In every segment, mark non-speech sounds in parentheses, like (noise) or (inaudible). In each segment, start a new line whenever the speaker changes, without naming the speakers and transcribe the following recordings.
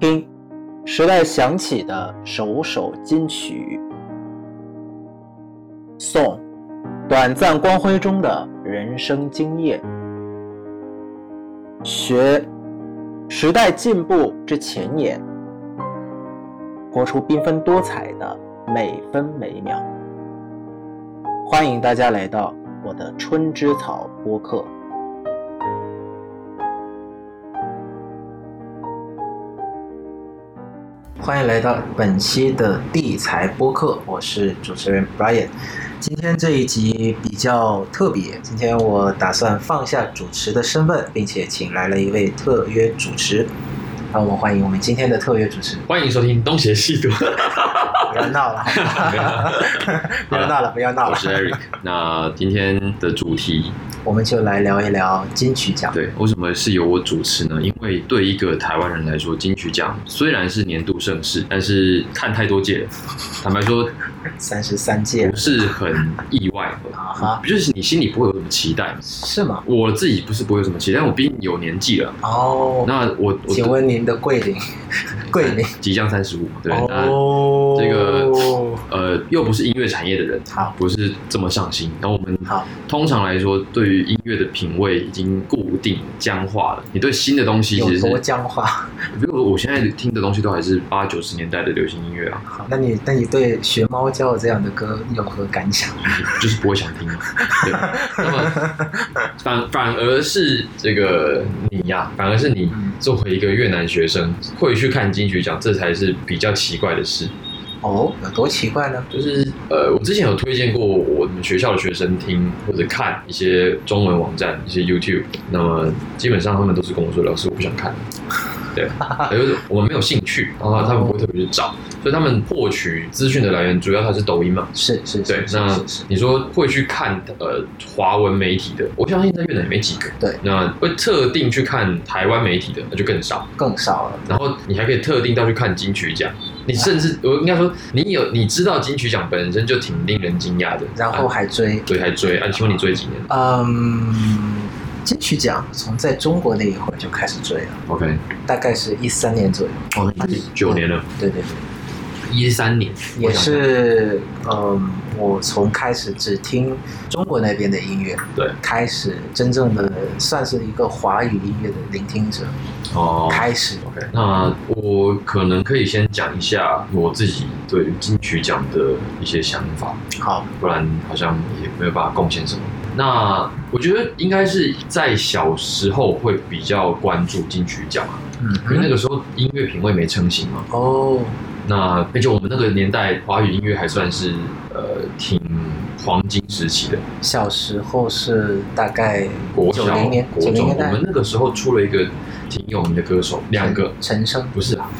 听时代响起的首首金曲。宋，短暂光辉中的人生经验。学，时代进步之前沿，活出缤纷多彩的每分每秒。欢迎大家来到我的春之草播客。欢迎来到本期的地财播客，我是主持人 Brian。今天这一集比较特别，今天我打算放下主持的身份，并且请来了一位特约主持。让我们欢迎我们今天的特约主
(laughs)
持。
欢迎收听《东邪西毒》，
不要闹
(laughs)
了，不要闹了，不要闹
我
了，
是 (laughs) Eric。那今天的主题，
我们就来聊一聊金曲奖。
对，为什么是由我主持呢？因为对一个台湾人来说，金曲奖虽然是年度盛事，但是看太多届了，坦白说
三十三届
不是很意外，
啊哈，
就是你心里不会有什么期待。
是吗？
我自己不是不会有什么期待，但我毕竟有年纪了。
哦，
那我我
请问您的桂
(laughs)
林，桂林
即将三十五，对，那
哦，
这个呃又不是音乐产业的人，
好
不是这么上心。然后我们
好
通常来说，对于音乐的品味已经固定僵化了。你对新的东西其
有
实是
多，僵化？ (laughs)
比如我现在听的东西都还是八九十年代的流行音乐啊，
好，那你那你对学猫叫这样的歌有何感想？
就是不会想听。啊对，那么反反而是这个你呀、反而是你
嗯
作为一个越南学生会去看金曲奖，这才是比较奇怪的事。
哦，有多奇怪呢？
就是呃，我之前有推荐过我们学校的学生听或者看一些中文网站，一些 YouTube。那么基本上他们都是跟我说，老师我不想看，对，就是我们没有兴趣，然后他们不会特别去找，所以他们获取资讯的来源主要还是抖音嘛。
是是
对
是，是
那
是是，
你说会去看呃华文媒体的，我相信在越南也没几个。
对，
那会特定去看台湾媒体的，那就更少。
更少了。
然后你还可以特定到去看金曲奖，你甚至我应该说，你有你知道金曲奖本身就挺令人惊讶的，
然后
啊
还追，
对还追啊？请问你追几年
嗯，金曲奖从在中国那一会儿就开始追了，
？OK，
大概是一三年左右。
哦，已经九年了，
对对对，
一三年
也是，嗯，我从开始只听中国那边的音乐，
对，
开始真正的算是一个华语音乐的聆听者，
哦。
开始。
OK，那我可能可以先讲一下我自己对于金曲奖的一些想法，
好，
不然好像也没有办法贡献什么。那我觉得应该是在小时候会比较关注金曲奖啊，
嗯
因为那
哼，
个时候音乐品味没成型嘛，
哦，
那而且我们那个年代华语音乐还算是呃挺黄金时期的，
小时候是大概
国
九
小
零年、九
国
零
中，
年
我
代
们，那个时候出了一个挺有名的歌手，两个
陈升，
不是啊，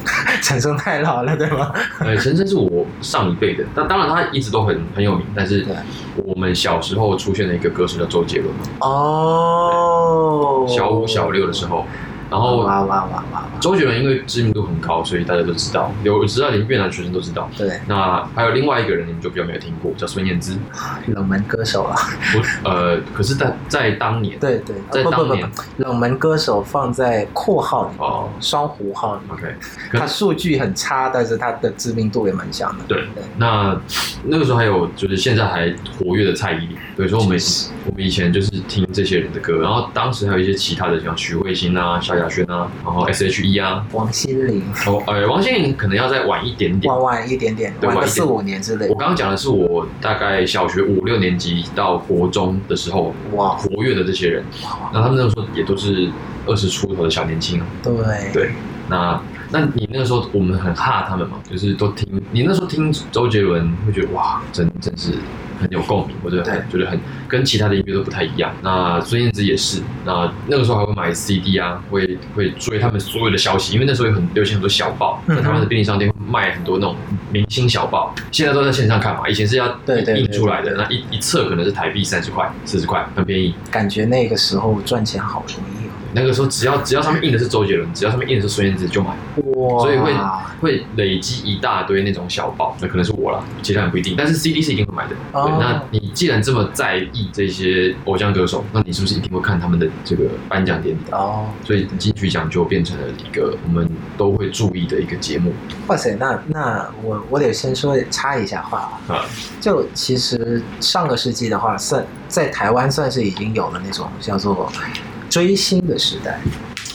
陈升太老了，对吗？
呃，陈升是我上一辈的，但当然他一直都很很有名，但是
对
我们小时候出现的一个歌手叫周杰伦，
哦，
小五小六的时，候，然后
哇哦哇哇哇，
周杰伦因为知名度很高，所以大家都知道，有知道连越南学生都知道。
对，
那还有另外一个人，你们就比较没有听过，叫孙燕姿。
冷门歌手啊，
我呃，可是在，在当年，
对对，
在
不不
当
不
年
不，冷门歌手放在括号里，
哦
双弧号里，
，OK，可
他数据很差，但是他的知名度也蛮强的。
对，那那个时候还有就是现在还活跃的蔡依林，对，所以我们
是
我们以前就是听这些人的歌，然后当时还有一些其他的，像许慧欣啊、萧亚轩啊，然后 S.H.E 啊，
王心凌，
哦，呃，王心凌可能要再晚一点点。
晚晚一点点，
对
晚个
晚一
四
点
五年之类
我。刚刚讲的是我大概小学五六年级到国中的时候
哇，
活跃的这些人，
哇
那他们那个时候也都是二十出头的小年轻啊。
对
对那那你那个时候我们很怕他们嘛，就是都听你那时候听周杰伦，会觉得哇，真真是很有共鸣，或者很觉得很跟其他的音乐都不太一样。那孙燕姿也是，那那个时候还会买 CD 啊，会会追他们所有的消息，因为那时候有很流行很多小报，
嗯
在台湾的便利商店会卖很多那种明星小报，现在都在线上看嘛，以前是要
对对对
印出来的，那一一册可能是台币三十块、四十块，很便宜。
感觉那个时候赚钱好容易哦。
那个时候只要只要上面印的是周杰伦，只要上面印的是孙燕姿就买，
哦哇，
所以会会累积一大堆那种小报，那可能是我啦，其他人不一定，但是 CD 是一定会买的。
哦
对，那你既然这么在意这些偶像歌手，那你是不是一定会看他们的这个颁奖典礼？
哦，
所以金曲奖就变成了一个我们都会注意的一个节目
哇塞，那那我我得先说插一下话啊，
啊。
就其实上个世纪的话，算在台湾算是已经有了那种叫做追星的时代，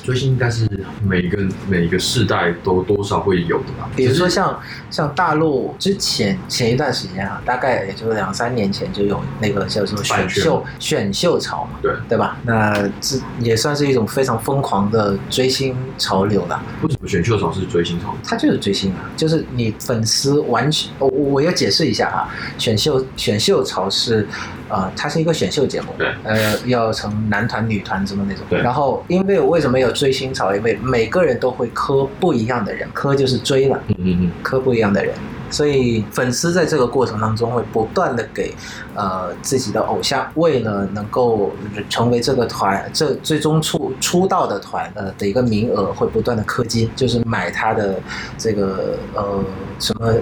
追星应该是每一个每一个世代都多少会有的吧？
比如说
只是
像像大陆之前前一段时间啊，大概也就两三年前就有那个叫做选
饭圈
秀选秀潮嘛，
对，
对吧？那这也算是一种非常疯狂的追星潮流了。
为什么选秀潮是追星潮？
它就是追星啊，就是你粉丝完全，我我我要解释一下啊，选秀选秀潮是，呃，它是一个选秀节目，
对
呃，要成男团、女团什么那种。
对
然后，因为我为什么有追星潮？因为每个人都会磕不一样的人，磕就是追了，
嗯嗯嗯，
磕不一样的人。所以粉丝在这个过程当中会不断的给，呃自己的偶像，为了能够成为这个团这最终出出道的团呃的一个名额，会不断的氪金，就是买他的这个呃什么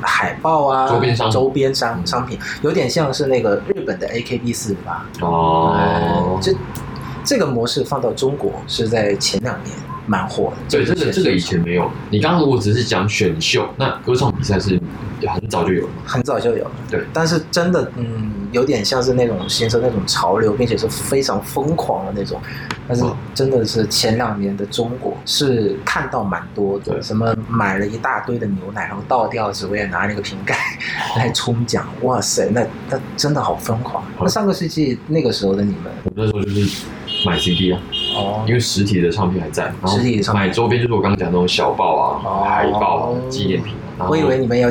海报啊，
周边商品
周边商商品，有点像是那个日本的 AKB 四吧，
嗯哦，
这这个模式放到中国是在前两年蛮火的，
对，这
是
个这个以前没有。你刚刚如果只是讲选秀，那歌唱比赛是很早就有了嘛。
很早就有了，
对
但是真的，嗯，有点像是那种形成那种潮流，并且是非常疯狂的那种。但是
嗯
真的是前两年的中国是看到蛮多的，
对
什么买了一大堆的牛奶，然后倒掉，只为了拿那个瓶盖
哦
来冲奖。哇塞，那那真的好疯狂！那上个世纪那个时候的你们，
我们那时候就是买 CD 啊，
哦
因为实体的唱片还在，然后
实体的唱片
买周边就是我刚刚讲的那种小报啊、
哦
海报啊、纪念品啊。然后
我以为你们要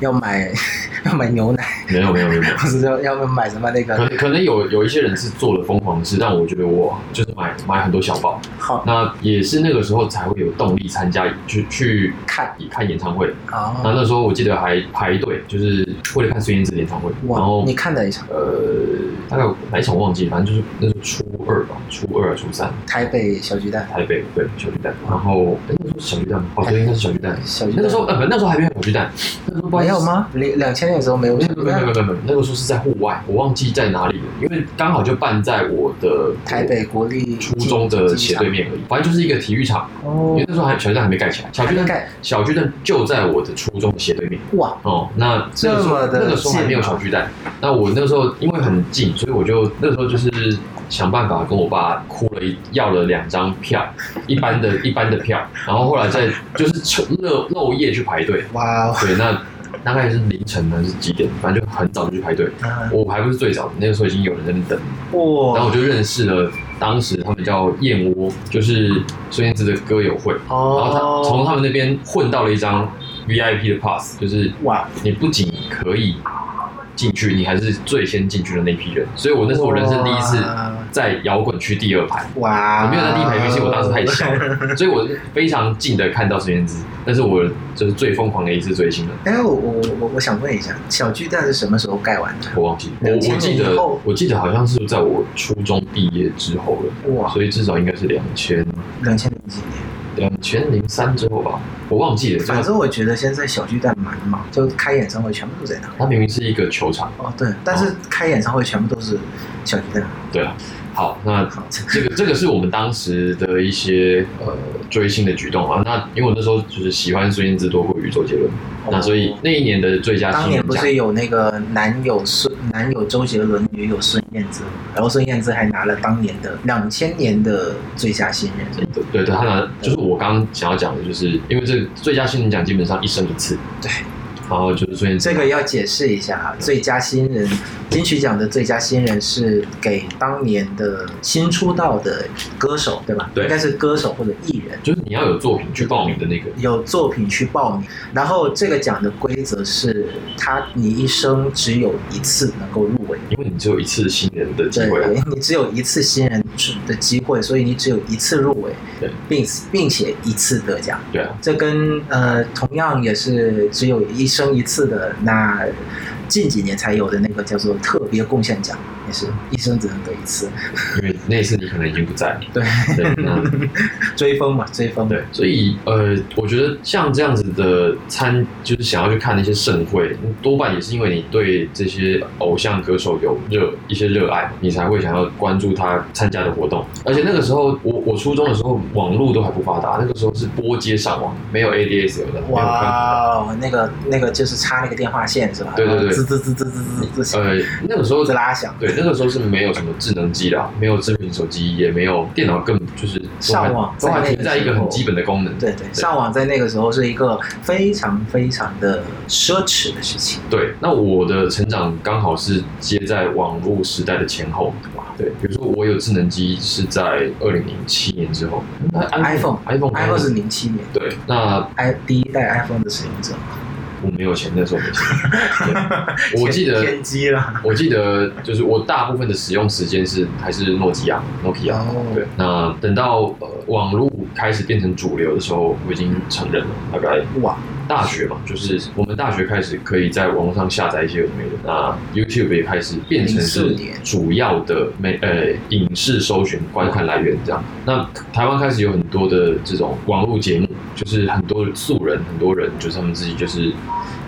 要买 (laughs) 要买牛奶，
没有没有没有没有。
或者要要买什么那
可
个
能可能有有一些人是做了疯狂的事，但我觉得我就是买买很多小报，
好
那也是那个时候才会有动力参加去去
看
看演唱会。那
哦。
那时候我记得还排队，就是为了看孙燕姿的演唱会。然
哇
后，
你看了一场
呃，大概有哪一场忘记，反正就是那是初二吧，初二啊初三，
台北小巨蛋，
台北对小巨蛋。然后哎，那时候是小巨蛋吗？哦，对，应该是小巨蛋。
小巨
那
蛋
个时候呃，不，那时候还没有小巨蛋，那时候不知道
没
是
有吗？两两千年的时候没有，
没有没有没有没有没有，那个时候是在户外，我忘记在哪里了，因为刚好就办在我的
台北国立
初中的斜对面而已，反正就是一个体育场，因
哦
为，那时候还小巨蛋还没盖起来，小巨
大
蛋
概
小巨蛋就在我的初中的斜对面
哇，
哦。那那个时
这么
候
的啊
那个时候还没有小巨蛋，那我那时候因为很近，所以我就那时候就是想办法跟我爸哭了一要了两张票，一般的一般的票，然后后来再就是趁漏漏夜去排队，
哇哦，
对，那大概是凌晨还是几点，反正就很早就去排队。
啊
我还不是最早的，那个时候已经有人在那边等，然后我
哇
就认识了当时他们叫燕窝，就是孙燕姿的歌友会，然后他从
哦，
他们那边混到了一张 VIP 的 pass，就是
哇，
你不仅可以进去，你还是最先进去的那批人。所以我那是我人生第一次
哇
在摇滚区第二排，
哇，
我没有在第一排，因为是我当时太小了，所以我非常近的看到孙燕姿，但是我就是最疯狂的一次追星了。
(laughs) 哎，我我我我想问一下，小巨蛋是什么时候盖完的？
我忘记，我
2000
我记
年以
得
后，
我记得好像是在我初中毕业之后了，
哇，
所以至少应该是两千
两千零几年。
两千零三之后吧，我忘记了。
反
就是
正我觉得现在小巨蛋蛮忙，就开演唱会全部都在那。
它明明是一个球场，
哦，对，但是开演唱会全部都是小巨蛋。
对啊。好，那
好，
这个这个是我们当时的一些呃追星的举动啊。那因为我那时候就是喜欢孙燕姿多过于周杰伦，那所以那一年的最佳
当
新
年
人
不
奖，
是有那个男友孙男友周杰伦，女友孙燕姿，然后孙燕姿还拿了当年的两千年的最佳新人。
对对对，他拿就是我刚刚想要讲的，就是因为这个最佳新人奖基本上一生一次，
对，
然后就是孙燕姿
这
拿
个要解释一下啊，最佳新人金曲奖的最佳新人是给当年的新出道的歌手，对吧？
对
应该是歌手或者艺人。
就是你要有作品去报名的那个。
有作品去报名，然后这个奖的规则是，他你一生只有一次能够入围，
因为你只有一次新人的机
对
会啊，
你只有一次新人的机会，所以你只有一次入围
对，
并并且一次得奖。
对啊，
这跟呃同样也是只有一生一次的那近几年才有的那个叫做特别贡献奖，也是一生只能得一次，
因为那一次你可能已经不在了。
对 (laughs)
对，那
追风嘛，追风。
对，所以呃，我觉得像这样子的参，就是想要去看那些盛会，多半也是因为你对这些偶像歌手有热一些热爱，你才会想要关注他参加的活动。而且那个时候，我我初中的时候，网络都还不发达，那个时候是拨接上网，没有 ADSL 的，没有宽频的。
哇，哦那个那个就是插那个电话线是吧？
对对对
滋滋滋滋滋滋滋，
呃，那个时候
滋拉响。
对，那个时候是没有什么智能机的，没有智能手机，也没有电脑，更就是都还
上网
都还
在那个
停在一个
时候
很基本的功能。
对对，上网在那个时候是一个非常非常的奢侈的事情。
对，那我的成长刚好是接在网络时代的前后。对，比如说我有智能机是在二零零七年之后那
哦 iPhone
iPhone
iPhone 是零七年
对，那
，i 第一代 iPhone 的使用者，
我没有钱，那时候没
(laughs)
钱。对我记得，
天机了。
我记得就是我大部分的使用时间是还是诺基亚，Nokia。
哦
对，那等到、呃、网络开始变成主流的时候，我已经成人了，大概
哇，
大学嘛，就是我们大学开始可以在网络上下载一些有的没的，那 YouTube 也开始变成
零四
是
年
主要的媒呃影视搜寻观看来源这样。那台湾开始有很多的这种网络节目，就是很多素人，很多人就是他们自己就是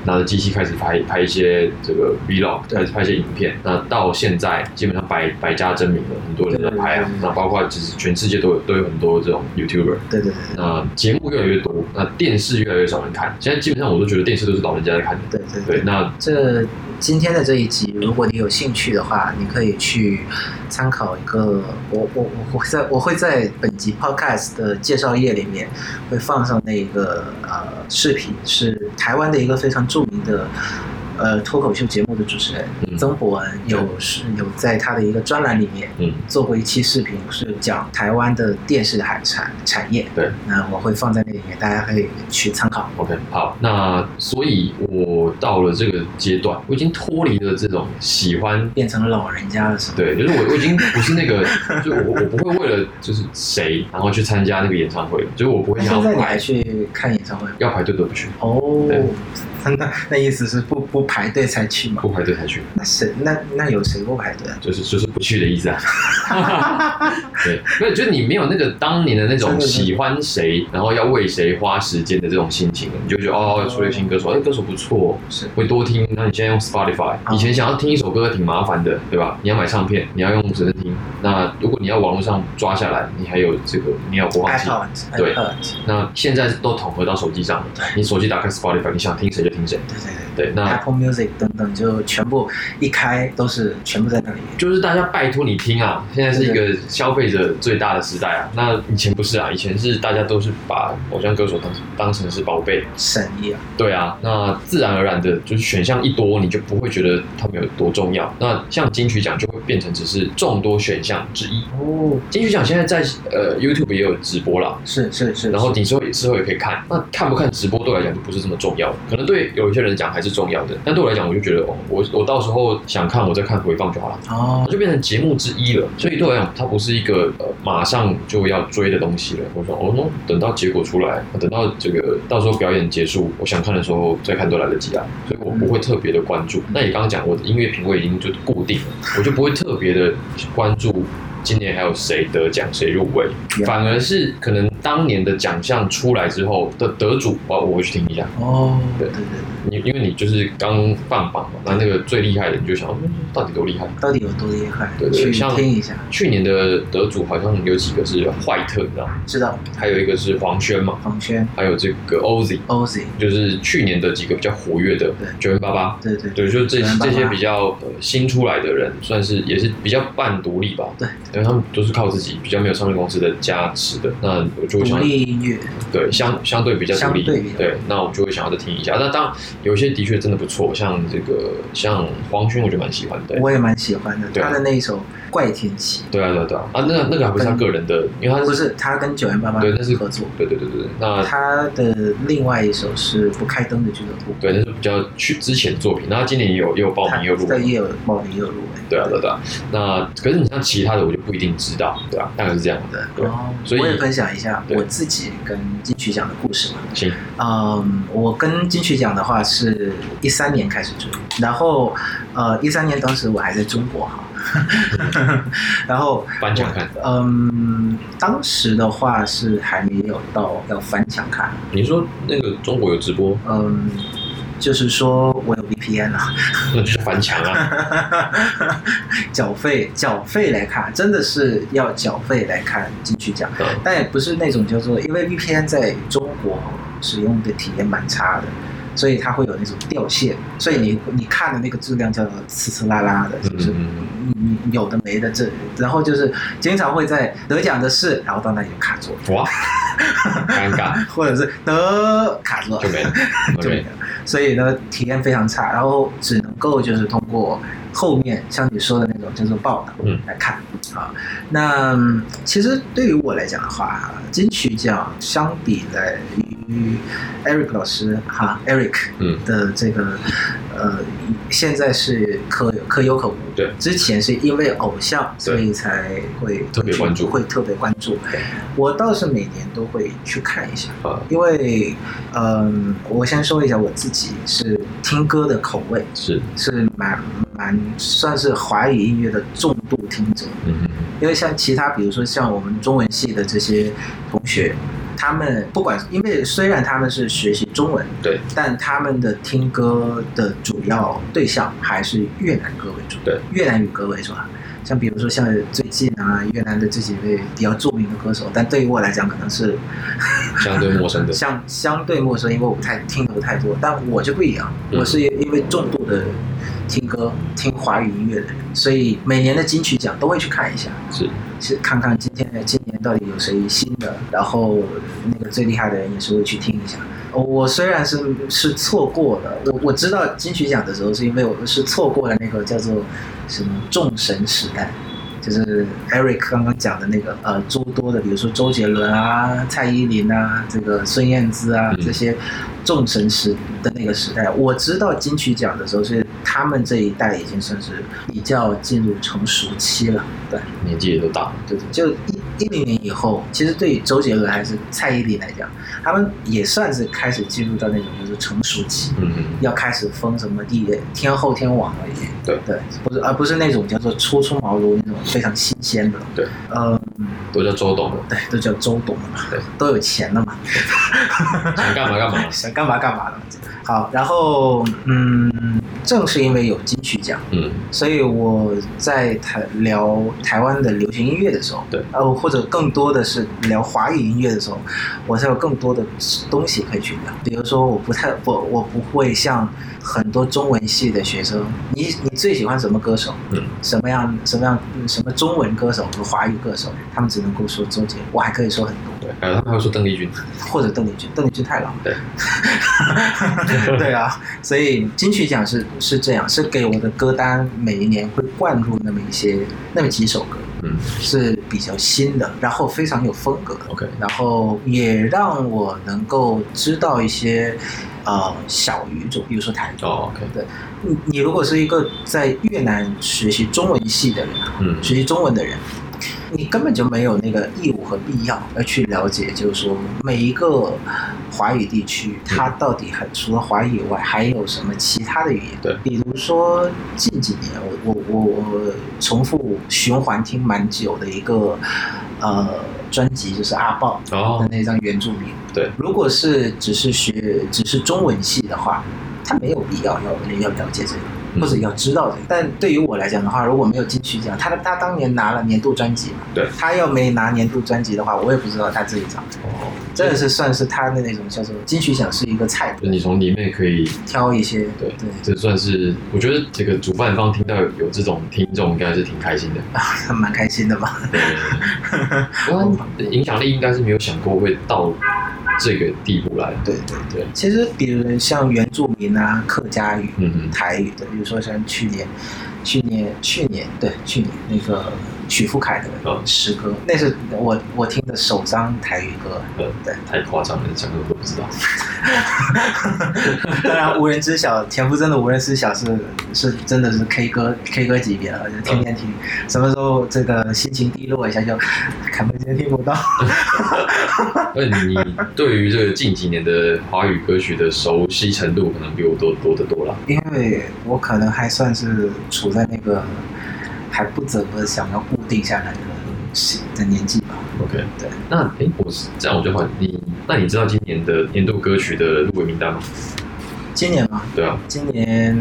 拿着机器开始拍拍一些这个 vlog，
对
开始拍一些影片。那到现在基本上百百家争鸣了，很多人在拍啊
对。
那包括其实全世界都有都有很多这种 YouTuber，
对对对
那呃节目越来越多，那电视越来越少人看。现在基本上我都觉得电视都是老人家在看的。
对对对
对，。那
这今天的这一集，如果你有兴趣的话，你可以去参考一个，我我我会在我会在本集 podcast 的介绍页里面会放上那个呃视频，是台湾的一个非常著名的。呃，脱口秀节目的主持人
嗯
曾博文有是有在他的一个专栏里面
嗯，
做过一期视频，是讲台湾的电视海产产业。
对，
那我会放在那里面，大家可以去参考。
OK，好，那所以我到了这个阶段，我已经脱离了这种喜欢。
变成老人家的时候，
对，就是我，我已经不是那个， (laughs) 就我我不会为了就是谁，然后去参加那个演唱会，就是我不会
那
想
现
要
在你还
排，
去看演唱会吗？
要排队都不去，对
哦，那那意思是不不排队才去嘛？
不排队才去，
那谁那那有谁不排队啊？
就是就是不去的意思啊。 (laughs) 对，没有，就是你没有那个当年的那种
真的是
喜欢谁，然后要为谁花时间的这种心情了，你就觉得哦，出了一个新歌手，哎，歌手不错，
是
会多听。那你现在用 Spotify，
啊
以前想要听一首歌挺麻烦的，对吧？你要买唱片，你要用只能听。那如果你要网络上抓下来，你还有这个，你要播放器。
iPod
对
iPod，
那现在都统合到手机上了，你手机打开 Spotify，你想听谁就听谁。
对对对
对，那
，Apple Music 等等，就全部一开都是全部在那里面。
就是大家拜托你听啊！现在是一个消费者最大的时代啊。那以前不是啊，以前是大家都是把偶像歌手当当成是宝贝，
神一啊，
对啊，那自然而然的就是选项一多，你就不会觉得他们有多重要。那像金曲奖就会变成只是众多选项之一。
哦，
金曲奖现在在呃 YouTube 也有直播啦，
是是是，
然后你之后之后也可以看。那看不看直播对我来讲就不是这么重要，可能对有一些人讲还是重要的，但对我来讲我就觉得哦，我我到时候想看我再看回放就好了。
哦，
就变成节目之一了，所以对我来讲，它不是一个呃马上就要追的东西了。我说哦，那等到结果出来，等到这个到时候表演结束，我想看的时候再看都来得及啊。所以我不会特别的关注。那你刚刚讲我的音乐品味已经就固定了，我就不会特别的关注。今年还有谁得奖，谁入围？反而是可能当年的奖项出来之后的得主，我我会去听一下。
哦，对
对
对对，
你因为你就是刚放榜嘛，那那个最厉害的，你就想、嗯到底多厉害？
到底有多厉害？
对对
去
像
听一下，
去年的得主好像有几个是坏特，你知道吗？
知道
还有一个是黄轩嘛，
黄轩、
还有这个 Oz，
Ozzy，
就是去年的几个比较活跃的
对
九零八八。
对对
对，就是这
988
这些比较、呃、新出来的人，算是也是比较半独立吧。
对，
因为他们都是靠自己，比较没有唱片公司的加持的。那我就
独
会想，
立音乐，
对相相对比较独立，
相对比较
那我就会想要再听一下。那当然有一些的确真的不错，像这个像黄轩，我就蛮喜欢的。
我也蛮喜欢的，
对
他的那一首《怪天气
对啊，对啊，对啊，啊，那那个还不是他个人的，因为》，他
不
是
是他跟九零八八
对，那是呃
合作。
对对对对对，那
他的另外一首是《不开灯的俱乐部》，
对，那是比较去之前的作品。那他今年也有也有报
他
名，也有入
在
围。
也有报名，也有入围。
对啊，对啊对啊。那可是你像其他的，我就不一定知道，对啊，大概是这样的。对
然后
所以
我也分享一下
对
我自己跟金曲奖的故事嘛。
行，
嗯，我跟金曲奖的话是一三年开始追，然后呃，一三年当时我还在中国哈， (laughs) 然后
翻墙看，
嗯，当时的话是还没有到要翻墙看，
你说那个中国有直播，
嗯，就是说我有 VPN 了，
那就是翻墙啊。
(laughs) 缴费缴费来看，真的是要缴费来看进去讲，
嗯
但也不是那种叫做，因为 VPN 在中国使用的体验蛮差的。所以它会有那种掉线，所以你你看的那个质量叫呲呲啦啦的，是不是？
嗯，
你你你有的没的这，然后就是经常会在得奖的是，然后到那里就卡住，
哇，尴尬，
或者是得卡住了
就没了，
(laughs) 就
就
没
没
了
了。，
所以呢体验非常差，然后只能够就是通过后面像你说的那种叫做报道
嗯
来看、啊。那嗯其实对于我来讲的话，金曲奖相比来于 Eric 老师哈 Eric
嗯
的这个呃，现在是可可有可无。
对，
之前是因为偶像，所以才会
特别关注
会特别关注。我倒是每年都会去看一下，
啊，
因为嗯、我先说一下我自己是听歌的口味
是，
是蛮蛮算是华语音乐的重度听者，
嗯哼，
因为像其他，比如说像我们中文系的这些同学，他们不管，因为虽然他们是学习中文，
对，
但他们的听歌的主要对象还是越南歌为主，
对，
越南语歌为主啊。像比如说像最近啊，越南的这几位比较著名的歌手，但对于我来讲可能是
嗯相对陌生的，
相相对陌生，因为我不太听的不太多，但我就不一样，
嗯
我是因为重度的听歌、听华语音乐的人，所以每年的金曲奖都会去看一下，
是，
是看看今天今年到底有谁新的，然后那个最厉害的人也是会去听一下。呃我虽然是是错过了，我我知道金曲奖的时候是因为我是错过了那个叫做什么众神时代。就是 Eric 刚刚讲的那个呃诸多的，比如说周杰伦啊、蔡依林啊、这个孙燕姿啊
嗯
这些众神时的那个时代，我知道金曲奖的时候是他们这一代已经算是比较进入成熟期了，对。
年纪也都大了，
对对，就一一零年以后，其实对于周杰伦还是蔡依林来讲，他们也算是开始进入到那种就是成熟期，
嗯哼，
要开始封什么地天后天王了已经。
对
对，不是而不是那种叫做初出茅庐那种非常新鲜的。
对，
呃，
都叫周董了，
对，都叫周董了嘛
对，
都有钱了嘛，
想干嘛干嘛，
想 (laughs) 干嘛干嘛了。好，然后嗯，正是因为有金曲奖。
嗯，
所以我在台聊台湾的流行音乐的时候，
对，
呃，或者更多的是聊华语音乐的时候，我才有更多的东西可以去聊。比如说，我不太我我不会像很多中文系的学生，你你最喜欢什么歌手？
嗯，
什么样什么样嗯什么中文歌手和华语歌手，他们只能够说周杰，我还可以说很多。
对，还有他们还会说邓丽君，
或者邓丽君，邓丽君太老了。
对，
(laughs) 对啊，所以金曲奖是是这样，是给我的歌单每一年会灌入那么一些那么几首歌
嗯
是比较新的，然后非常有风格，
，OK，
然后也让我能够知道一些呃小语种，比如说台语。
哦，OK，
你你如果是一个在越南学习中文系的人啊，
嗯，
学习中文的人，你根本就没有那个义务和必要要去了解，就是说每一个华语地区，它到底还除了华语以外，还有什么其他的语言？
对
比如说近几年，我我我我重复循环听蛮久的一个呃专辑，就是阿豹的
哦，
那张原住民。
对，
如果是只是学只是中文系的话，他没有必要要要了解这个，
嗯
或者要知道这个。但对于我来讲的话，如果没有金曲奖，他他当年拿了年度专辑嘛，
对
他要没拿年度专辑的话，我也不知道他自己长。
哦，
真的是算是他的那种叫做金曲奖是一个菜谱
就，你从里面可以
挑一些
对
对
这算是我觉得这个主办方听到有这种听众，应该是挺开心
(laughs)
的。
还蛮开心的嘛。
对，对对影响力应该是没有想过会到这个地步来。
对对，
对，
其实比如像原住民啊、客家语，
嗯嗯，
台语的，比如说像去年、去年、去年，对，去年那个许富凯的
嗯
诗歌，那是我我听的首张台语歌。
呃，太夸张了，讲的我都不知道。
(laughs) 当然，无人知晓，田馥甄的《无人知晓是》是真的是 K 歌 K 歌级别了，就天天听。什么时候这个心情低落一下就，看不见听不到。 (laughs)
那你对于这个近几年的华语歌曲的熟悉程度，可能比我多多得多了。
因为我可能还算是处在那个还不怎么想要固定下来的时的年纪吧。
OK，
对。
那哎、诶我是这样，我就换你。那你知道今年的年度歌曲的入围名单吗？
今年嘛，
对啊，
今年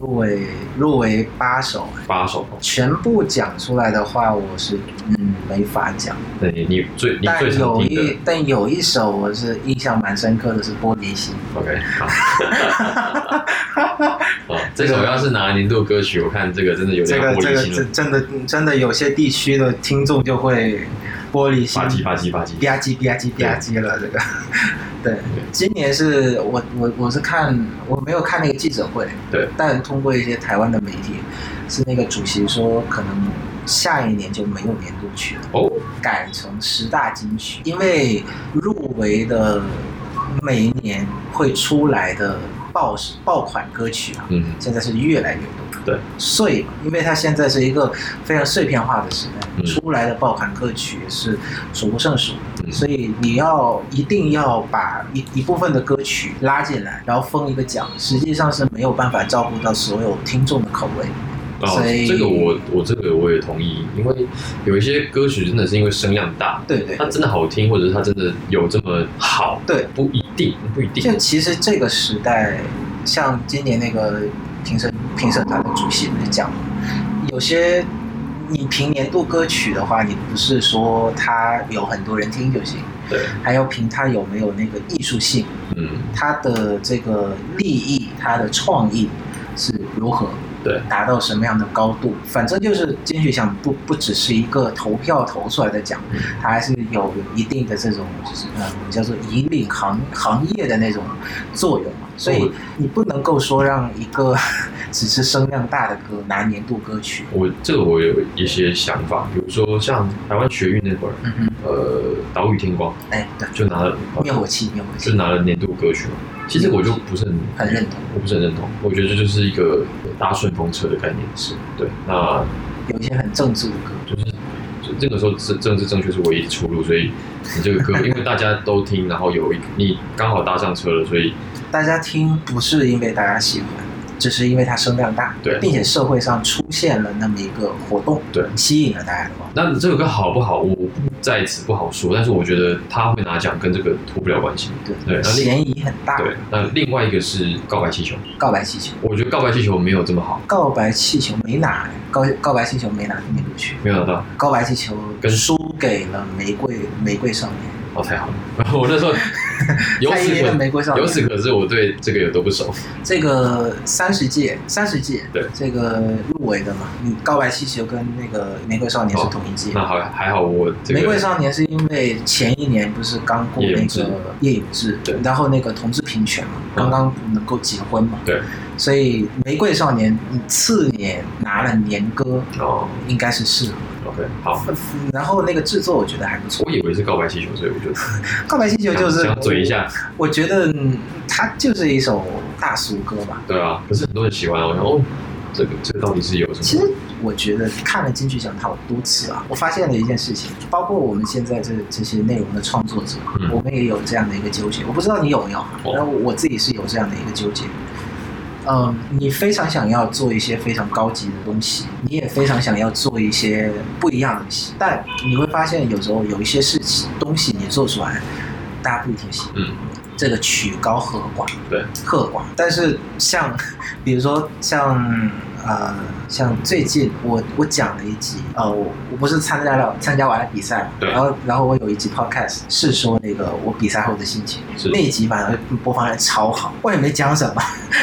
入围入围八首，
八首。
全部讲出来的话，我是嗯没法讲。
那你你最你最
但
常
有
听的
一但有一首我是印象蛮深刻的是《玻璃心
OK，好。
(laughs)
好，这首要是拿年度歌曲，我看这个真的有》，
这
点
个
玻
这
璃
个
心了
真，真的真的有些地区的听众就会玻璃心
吧唧吧唧吧唧。
吧唧吧唧吧唧了，这个。对，今年是我我我是看我没有看那个记者会，
对，
但通过一些台湾的媒体，是那个主席说可能下一年就没有年度曲了，
哦，
改成十大金曲，因为入围的每一年会出来的爆爆款歌曲啊，
嗯，
现在是越来越多。
对，
碎，因为它现在是一个非常碎片化的时代，
嗯
出来的爆款歌曲是数不胜数，
嗯
所以你要一定要把一一部分的歌曲拉进来，然后封一个奖，实际上是没有办法照顾到所有听众的口味。
哦
所以，
这个我我这个我也同意，因为有一些歌曲真的是因为声量大，
对对
它真的好听，或者是它真的有这么好，
对，
不一定，不一
就
定。
其实这个时代，像今年那个评审评审团的主席不是讲，有些你评年度歌曲的话，你不是说它有很多人听就行，
对，
还要评它有没有那个艺术性，
嗯，
它的这个立意，它的创意是如何。
对，
达到什么样的高度？反正就是金曲奖不不只是一个投票投出来的奖
嗯，
它还是有一定的这种就是呃我们叫做引领行行业的那种作用嘛。所以你不能够说让一个 (laughs) 只是声量大的歌拿年度歌曲。
我这个我有一些想法，比如说像台湾学运那会儿，
嗯哼，
呃，岛屿天光
哎，对，
就拿了，
灭火器，灭火
就
器，
拿了年度歌曲嘛。其实我就不是很
很认同。
我不是很认同，我觉得这就是一个搭顺风车的概念，是对。那
有一些很政治的歌，
就是就那个时候政政治正确是唯一的出路，所以你这个歌，因为大家都听，然后有一你刚好搭上车了，所以
大家听不是因为大家喜欢，只是因为它声量大，
对
并且社会上出现了那么一个活动，
对
吸引了大家的话。
那这首歌好不好，我不在此不好说，但是我觉得他会拿奖跟这个脱不了关系。对
对，
那另
嫌疑很大。
对，那另外一个是告白气球，
告白气球，
我觉得告白气球没有这么好，
告白气球没拿，告告白气球没拿那个去，
没有拿到，
告白气球
跟
输给了玫瑰玫瑰少年，
哦，太好了，我那
(laughs)
时候由
蔡依
此
林的
可
玫瑰少
由
年。
此可知，我对这个也都不熟。
这个三十届，三十届，
对
这个入围的嘛，你告白气球跟那个玫瑰少年
哦
是同一届。
那好，还好我这
玫瑰
个
少年是因为前一年不是刚过
叶
那
永志
个叶永志
对，
然后那个同志平权嘛，
嗯
刚刚能够结婚嘛，
对，
所以玫瑰少年嗯次年拿了年歌，
哦
应该是适合。
，OK，好，
然后那个制作我觉得还不错，
我以为是告白气球，所以我就
《告白气球》就是
想嘴一，下，
我觉得嗯它就是一首大俗歌吧。
对啊，可是很多人喜欢啊，我想哦，这个这个到底是有
其
什么？
实我觉得看了金曲奖好多次啊，我发现了一件事情，包括我们现在这这些内容的创作者，
嗯
我们也有这样的一个纠结。我不知道你有没有，然后我自己是有这样的一个纠结。嗯，你非常想要做一些非常高级的东西，你也非常想要做一些不一样的东西，但你会发现有时候有一些事情东西你做出来，大家不一定喜欢。
嗯，
这个曲高和寡，
对，
和寡。但是像， (laughs) 比如说像呃，像最近我我讲了一集，呃，我我不是参加了参加完了比赛嘛，
对
然后然后我有一集 podcast 是说那个我比赛后的心情，
是
那一集反而播放量超好，我也没讲什么， (laughs)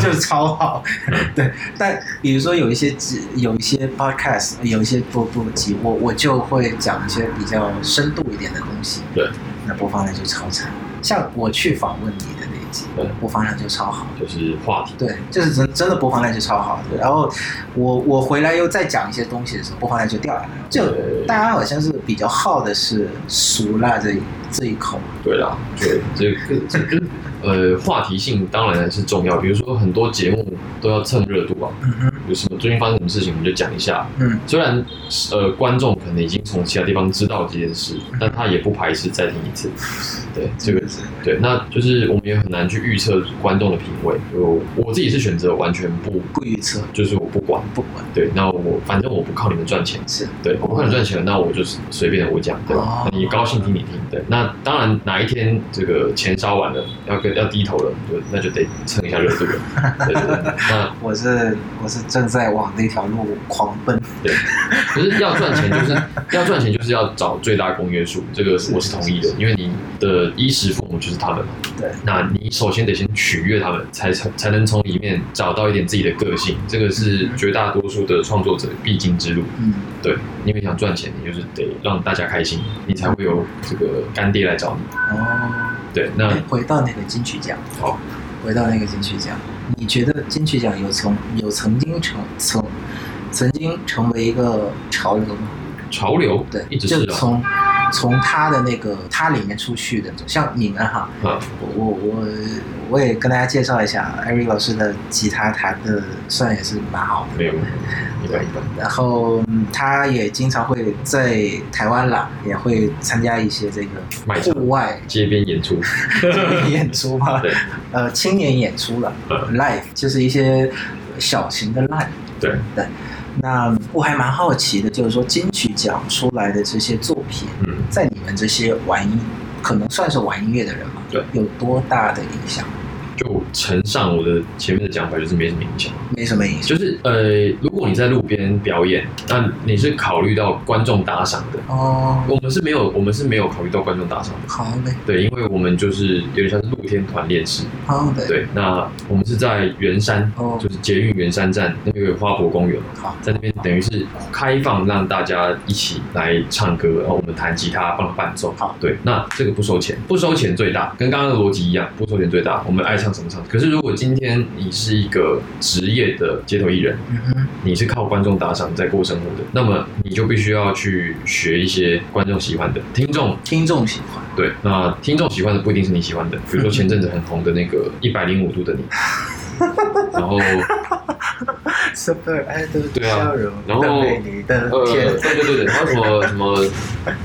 就是超好，
嗯
对。但比如说有一些集，有一些 podcast，有一些播播集，我我就会讲一些比较深度一点的东西，
对，
那播放量就超惨。像我去访问你的那一集
对，
播放量就超好。
就是话题，
对，就是真真的播放量就超好的。然后我我回来又再讲一些东西的时候，播放量就掉下来了。就
对
大家好像是比较好的是熟辣这一这一口，
对啦，对这个这个呃话题性当然是重要，比如说很多节目都要蹭热度啊，
嗯哼，
比有什么最近发生什么事情，我们就讲一下。
嗯，
虽然呃观众可能已经从其他地方知道这件事，但他也不排斥再听一次。对，这个
是
对，那就是我们也很难去预测观众的品味。我我自己是选择完全不，
不预测，
就是我不管。
不管
对，那我反正我不靠你们赚钱，
是
对我不靠你们赚钱，那我就是随便我讲，对，
哦
你高兴听你听，对。那当然哪一天这个钱烧完了，要跟要低头了，就那就得蹭一下热度了，对对对。那
我是我是正在往那条路狂奔，
对，可是要赚钱就是 (laughs) 要赚钱就是要找最大公约数，这个
是
我是同意的，因为你的衣食父母就是他们嘛。
对，
那你首先得先取悦他们，才才才能从里面找到一点自己的个性，这个是
嗯
绝大多数的创作者必经之路。
嗯，
对，因为想赚钱，你就是得让大家开心，你才会有这个干爹来找你。
哦，
对，那
哎回到那个金曲奖，哦
好，
回到那个金曲奖，你觉得金曲奖有曾有曾经成曾曾经成为一个潮流吗？
潮流
对，
一直
就是
啊，
从从他的那个他里面出去的，像你们哈，
啊，
我我我我也跟大家介绍一下，艾瑞老师的吉他弹的算也是蛮好的，
没有，一般一般。
然后、嗯他也经常会在台湾啦，也会参加一些这
卖
个
场
户外
街边演出，
演出嘛，
(laughs) 对
呃，青年演出了
嗯
，live 就是一些小型的 live。
对，
那我还蛮好奇的，就是说金曲奖出来的这些作品，
嗯。
在你们这些玩音，可能算是玩音乐的人嘛，
对，
有多大的影响？
就乘上我的前面的讲法，就是没什么影响。
没什么影响。
就是呃，如果你在路边表演，那你是考虑到观众打赏的。
哦，
我们是没有，我们是没有考虑到观众打赏的。
好嘞，
对，因为我们就是有点像是露天团练式。
好的，
对，那我们是在圆山，
哦
就是捷运圆山站那边有花博公园嘛，
好，
在那边等于是开放让大家一起来唱歌，然后我们弹吉他帮他伴奏。
好
对，那这个不收钱，不收钱最大，跟刚刚的逻辑一样，不收钱最大，我们爱唱什么唱。可是如果今天你是一个职业的街头艺人，
嗯哼，
你是靠观众打赏在过生活的，那么你就必须要去学一些观众喜欢的听众。
听众喜欢，
对，那听众喜欢的不一定是你喜欢的，比如说前阵子很红的那个《一百零五度的你》，然后。
super idol
对啊笑
容
然后的美
你的
呃，对对对对，还有什么什么，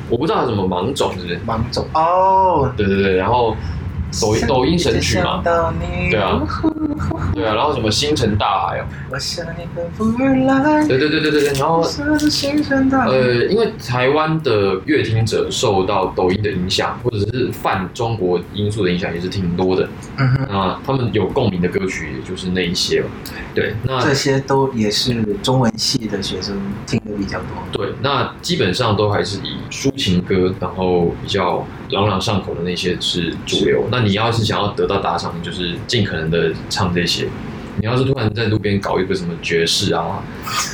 我不知道还有什么芒种是不是？
芒种哦，
对对对，然后抖音抖音神曲嘛
想，到你，
对啊，对啊，然后什么星辰大海哦，
我想你奔赴而来，
对对对对对对，然后
这是星辰大海，
呃，因为台湾的乐听者受到抖音的影响，或者是泛中国因素的影响也是挺多的，
嗯哼，
那他们有共鸣的歌曲也就是那一些吧，对，那
这些都也是中文系的学生听的比较多，
对，那基本上都还是以抒情歌，然后比较朗朗上口的那些是主流。那你要是想要得到打赏，你就是尽可能的唱这些。你要是突然在路边搞一个什么爵士啊，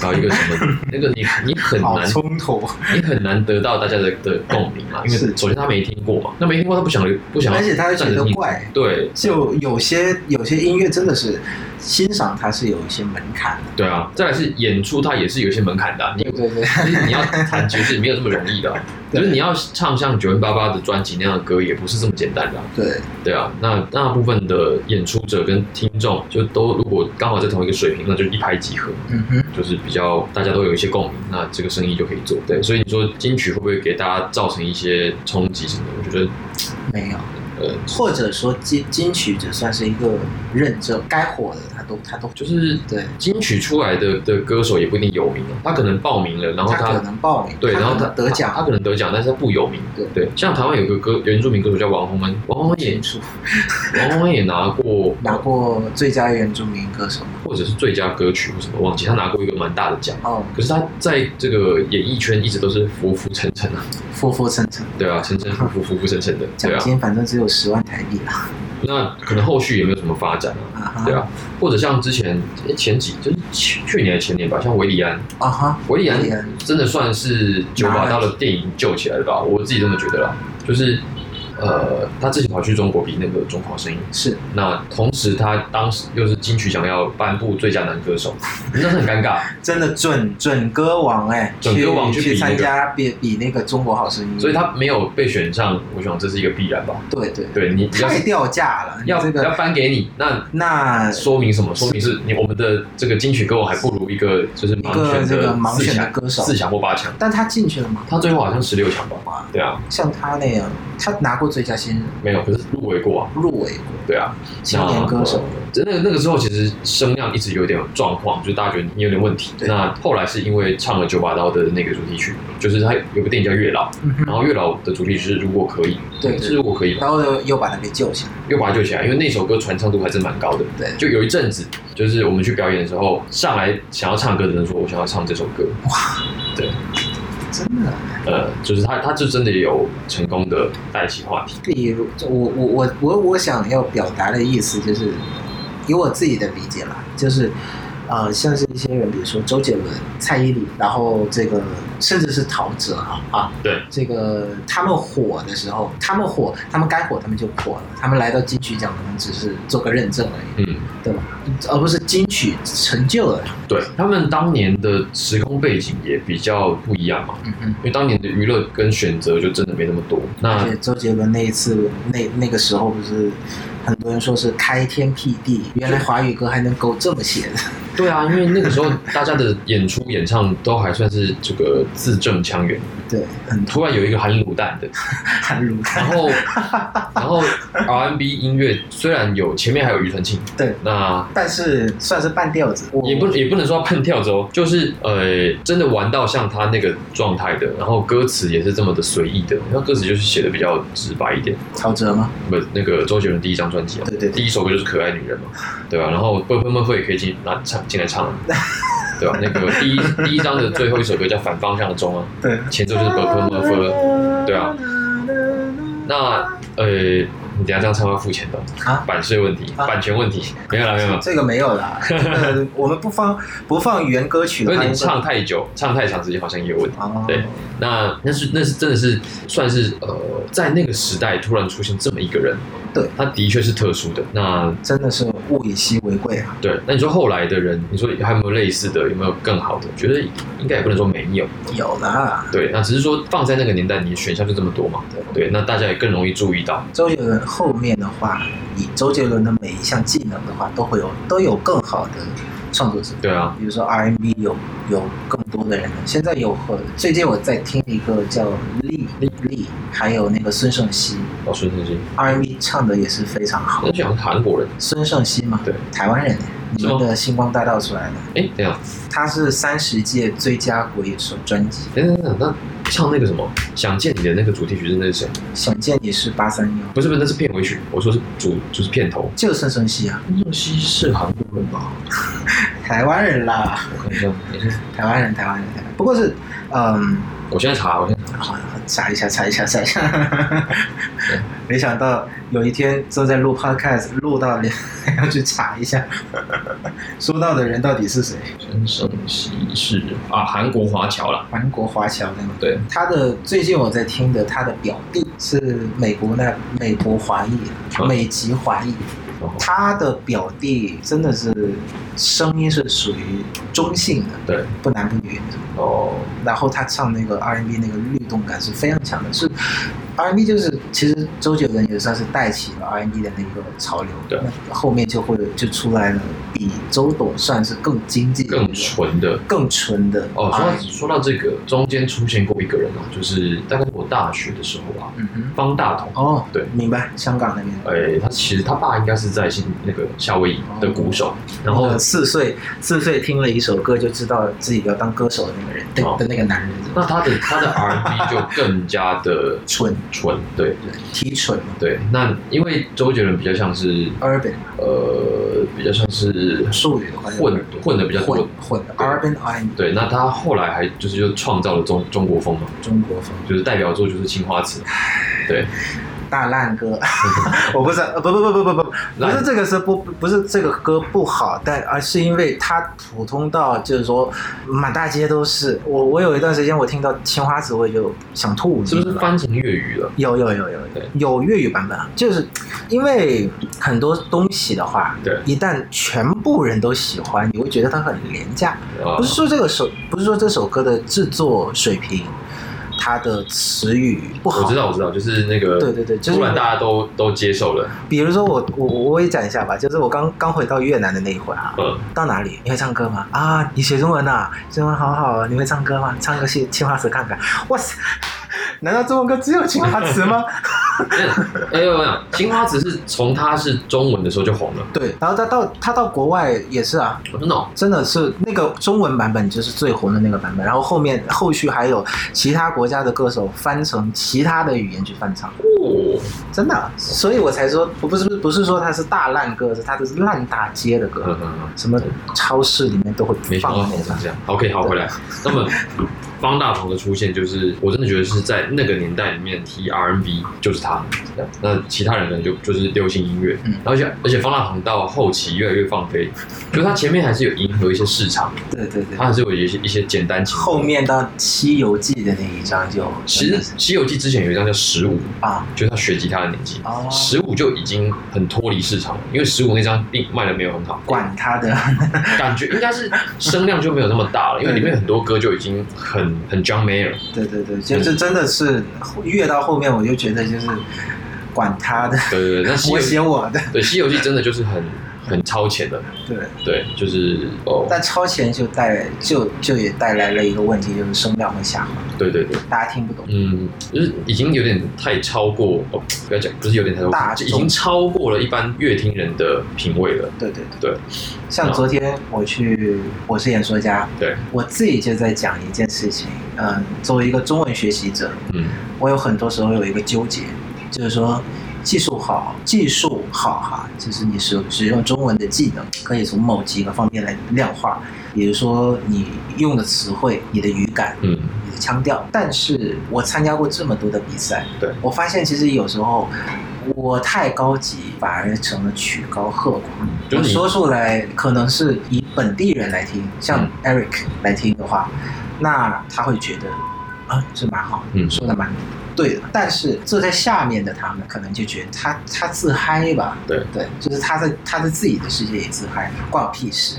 搞一个什
(laughs)
么那个你你很
好
难
冲突，
你很难得到大家的的共鸣啊，因为
是
首先他没听过嘛，那没听过他不想不想，
而且他会觉得怪
对
就有些有些音乐真的是欣赏它是有一些门槛的，
对啊，再来是演出，它也是有一些门槛的啊、你
对对对，
就是
(laughs)
你要弹爵士没有这么容易的啊、
对
就是你要唱像九零八八的专辑那样的歌，也不是这么简单的啊、
对，
对啊，那大部分的演出者跟听众就都如果刚好在同一个水平，那就一拍即合，
嗯哼，
就是比较大家都有一些共鸣，那这个生意就可以做。对，所以你说金曲会不会给大家造成一些冲击什么的？我觉得，
没有。
呃，
或者说金金曲只算是一个认证，该火的他都他都
就是
对，
金曲出来的的歌手也不一定有名啊，他可能报名了，然后
他
他
可能报名，
对，
他
然后
可
他
能得奖，
他他可能得奖，但是他不有名。
对
对，像台湾有个歌原住民歌手叫王洪恩，王洪恩也
演出
王洪恩也拿过，
(laughs) 拿过最佳原住民歌手
或者是最佳歌曲，我什么忘记，他拿过一个蛮大的奖。
哦，
可是他在这个演艺圈一直都是浮浮沉沉啊，
浮浮沉沉，
对啊，沉沉浮浮浮浮沉沉的，对
奖
啊。
金反正只有十万台币啦，
那可能后续也没有什么发展
啊
啊，
哈，
对啊。或者像之前诶前几就是去去年还前年吧，像韦礼安，
啊哈，
维里安
维里安
真的算是九把刀的电影救起来的吧，我自己这么觉得啦。就是呃，他之前跑去中国比那个《中国好声音》，
是
那同时他当时又是金曲奖要颁布最佳男歌手，那是很
(laughs)
尴尬。
真的准准歌王哎，
准歌王
去
去比那
参
个
加比比那个中国好声音，
所以他没有被选上，我想这是一个必然吧。
对对，
对你要
太掉价了，
要、
你这
要
个
颁给你，那
那
说明什么？说明是你我们的这个金曲歌王还不如一个就是盲选
一个这个
的
盲
四
选的
强
歌手
四强或八强。
但他进去了吗？
他最后好像十六强吧？
哇，
对啊，
像他那样，他拿过最佳新人，
没有，可是入围过啊。
入围过
对啊，
青年歌手，
那那个那个时候其实声量一直有点状况，就是大家觉得你有点问题。
对
那后来是因为唱了九把刀的那个主题曲，就是他有个电影叫《月老》，
嗯
然
哼，
后《月老》的主题曲是“如果可以”，
对
是“如果可以”吧？
然后又又把他给救起来，
又把它救起来，因为那首歌传唱度还是蛮高的。
对，
就有一阵子，就是我们去表演的时候，上来想要唱歌的人说：“我想要唱这首歌。
真的。”啊
呃，就是他，他就真的有成功的带起话题。
比如，就我我我我我想要表达的意思就是，以我自己的理解啦，就是，呃，像是一些人，比如说周杰伦、蔡依林，然后这个甚至是陶喆啊啊，
对，
这个他们火的时候，他们火，他们该火他们就火了，他们来到金曲奖可能只是做个认证而已，
嗯，
对吧？而不是金曲成就了他，
对他们当年的时空背景也比较不一样嘛，
嗯嗯。
因为当年的娱乐跟选择就真的没那么多。那
而且周杰伦那一次，那那个时候不是很多人说是开天辟地，原来华语歌还能够这么写的。
对啊，因为那个时候大家的演出演唱都还算是这个字正腔圆，
对，很
突然有一个含卤蛋的，
很鲁
然后然后 R&B 音乐虽然有前面还有庾澄庆，
对，
那
(laughs) 但是算是半吊子，我
也不也不能说半跳着哦，就是呃，真的玩到像他那个状态的，然后歌词也是这么的随意的，那歌词就是写的比较直白一点。
陶喆吗？
不，那个周杰伦第一张专辑啊，
对对对
第一首歌就是《可爱女人》嘛，对吧、然后《奔奔奔飞》也可以进拿唱进来唱啊，对吧、那个第一第一张的最后一首歌叫《反方向的钟》啊，
对，
前奏就是《奔奔奔飞》。对啊。那呃，你等一下这样唱要付钱的哦
啊
版税问题、
啊
版权问题，没有啦，没有啦。
这个没有
(laughs)
啦，这个我们不放不放原歌曲
所
的话，
以你
应该
唱太久、唱太长时间好像也有问题。
哦，
对，那那是那是真的是算是呃，在那个时代突然出现这么一个人，
对，
他的确是特殊的。那
真的是物以稀为贵啊。
对，那你说后来的人，你说还有没有类似的，有没有更好的？觉得应该也不能说没有，
有啦，
对，那只是说放在那个年代，你选项就这么多嘛，对，那大家也更容易注意到，
周杰伦后面的话，以周杰伦的每一项技能的话，都会有都有更好的创作者。
对啊，
比如说 R&B 有有更多的人了，现在有和最近我在听一个叫丽丽丽，还有那个孙盛熙
哦，孙胜熙，
，R&B 唱的也是非常好
那。就像韩国人，
孙盛熙嘛，
对，
台湾人，你
是吗
们的星光大道出来的，
哎，等一下，
他是三十届最佳国语首专辑，
等等等等，那唱那个什么《想见你》的那个主题曲是那是谁？
《想见你》是八三幺，
不是不是，那是片尾曲，我说是主就是片头。
就是孙盛熙啊，
孙胜熙是韩国人吧？
台湾人啦，
我看一下，等一下，
台湾人，台湾人，台湾人不过是，嗯，
我现在查，我现在查，
好，查啊一下，查一下，查一下。没想到有一天正在录 podcast，录到连要去查一下，说到的人到底是谁？
孙胜熙是啊，韩国华侨啦，
韩国华侨那个。
对，
他的最近我在听的，他的表弟是美国那美国华裔，
嗯
美籍华裔。
然后
他的表弟真的是声音是属于中性的，
对，
不男不女。
哦，
然后他唱那个 R&B 那个律动感是非常强的，是 R&B 就是其实周杰伦也算是带起了 R&B 的那个潮流，
对，
后面就会就出来了比周董算是更经济的那
更
种、
纯的
更纯的
哦，说到
R&B
说到这个，中间出现过一个人啊，就是大概是我大学的时候吧，
嗯哼，
方大同。
哦，
对
明白，香港那边，
哎，他其实他爸应该是在新那个夏威夷的鼓手，然后
那个四岁四岁听了一首歌就知道自己要当歌手的那个人，对
哦
的那个男人，
那他的他的 R&B 就更加的
纯
纯， (laughs) 对
提纯嘛
对。那因为周杰伦比较像是
，urban
呃，比较像是
术语的话就
混混的比较多
混，混的
对
urban R&B
对。那他后来还就是就创造了中中国风嘛，
中国风。
就是代表作就是《青花瓷》，对，
大烂
(laughs)
歌，我不是呃不不不不不不不是这个是不不是这个歌不好，但而是因为它普通到就是说满大街都是。我我有一段时间我听到青花瓷我也就想吐，
是不
你
是
知道吗
翻成粤语了？
有有有有
对
有粤语版本，啊就是因为很多东西的话，
对
一旦全部人都喜欢，你会觉得它很廉价。
啊
不是说这个首，不是说这首歌的制作水平，它的词语不好。
我知道，我知道，就是那个，
对对对就是
突然大家都都接受了，
比如说我我我也讲一下吧，就是我刚刚回到越南的那一会儿啊，
嗯，
到哪里？你会唱歌吗？啊，你学中文呐、中文好好啊，你会唱歌吗？唱个青青花瓷看看。哇塞， (laughs) 难道中文歌只有青花瓷吗？
哎呦，我想青花瓷是从它是中文的时候就红了，
对，然后他到他到国外也是啊，
真的哦，
真的是那个中文版本就是最红的那个版本，然后后面后续还有其他国家的歌手翻成其他的语言去翻唱，
哦
真的，所以我才说不不是不是说它是大烂歌，是它的是烂大街的歌
嗯，嗯嗯
什么超市里面都会
没想
放
到
的
红
那
成
种。
这样。OK，好，回来。那么方大同的出现，就是我真的觉得是在那个年代里面提 R&B 就是他，这样那其他人可能就就是流行音乐。
嗯
而且而且方大同到后期越来越放飞，就是他前面还是有迎合一些市场，
对对对
他，还是有一些一些简单情歌。
后面到《西游记》的那一章就
其实《西游记》之前有一张叫《十五》，
啊
就是他学吉他的年纪，
哦，
十五就已经很脱离市场了，因为十五那张并卖的没有
(laughs)
很好，
管他的，
感觉应该是声量就没有那么大了，因为里面很多歌就已经很很 John Mayer，
对对对，就是真的是越到后面我就觉得就是管他的，
对对对，那西游
(laughs) 我写我的，
对《西游记》真的就是很很超前的，
对。
对，就是哦，
但超前就带就就也带来了一个问题，就是声量会下滑，
对对对，
大家听不懂。
嗯，就是已经有点太超过哦，不要讲，不是有点太
大众
超过，就已经超过了一般乐听人的品味了，
对对对，
对
像昨天我去我是演说家，
对，
我自己就在讲一件事情。嗯，作为一个中文学习者，
嗯，
我有很多时候有一个纠结，就是说技术好，技术好哈，就是你使使用中文的技能，可以从某几个方面来量化，比如说你用的词汇、你的语感、
嗯
你的腔调。但是我参加过这么多的比赛，
对
我发现其实有时候。我太高级，反而成了曲高和寡。
就是
我
你
说出来可能是以本地人来听，像
嗯
Eric 来听的话，那他会觉得啊，这蛮好的。
嗯，
说的蛮对的，但是坐在下面的他们可能就觉得他他自嗨吧，
对
对，就是他在他在自己的世界里自嗨，关我屁事，